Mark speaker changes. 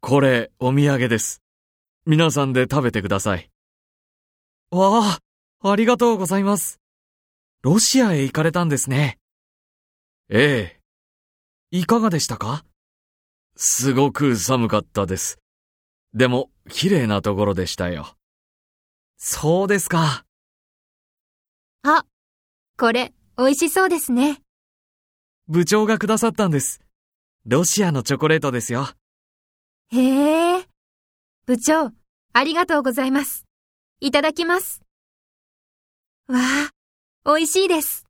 Speaker 1: これ、お土産です。皆さんで食べてください。わあ、ありがとうございます。ロシアへ行かれたんですね。
Speaker 2: え
Speaker 1: え。いかがでしたか
Speaker 2: すごく寒かったです。でも、綺麗なところでしたよ。
Speaker 1: そうですか。
Speaker 3: あ、これ、美味しそうですね。
Speaker 1: 部長がくださったんです。ロシアのチョコレートですよ。
Speaker 3: へえ。部長、ありがとうございます。いただきます。わあ、美味しいです。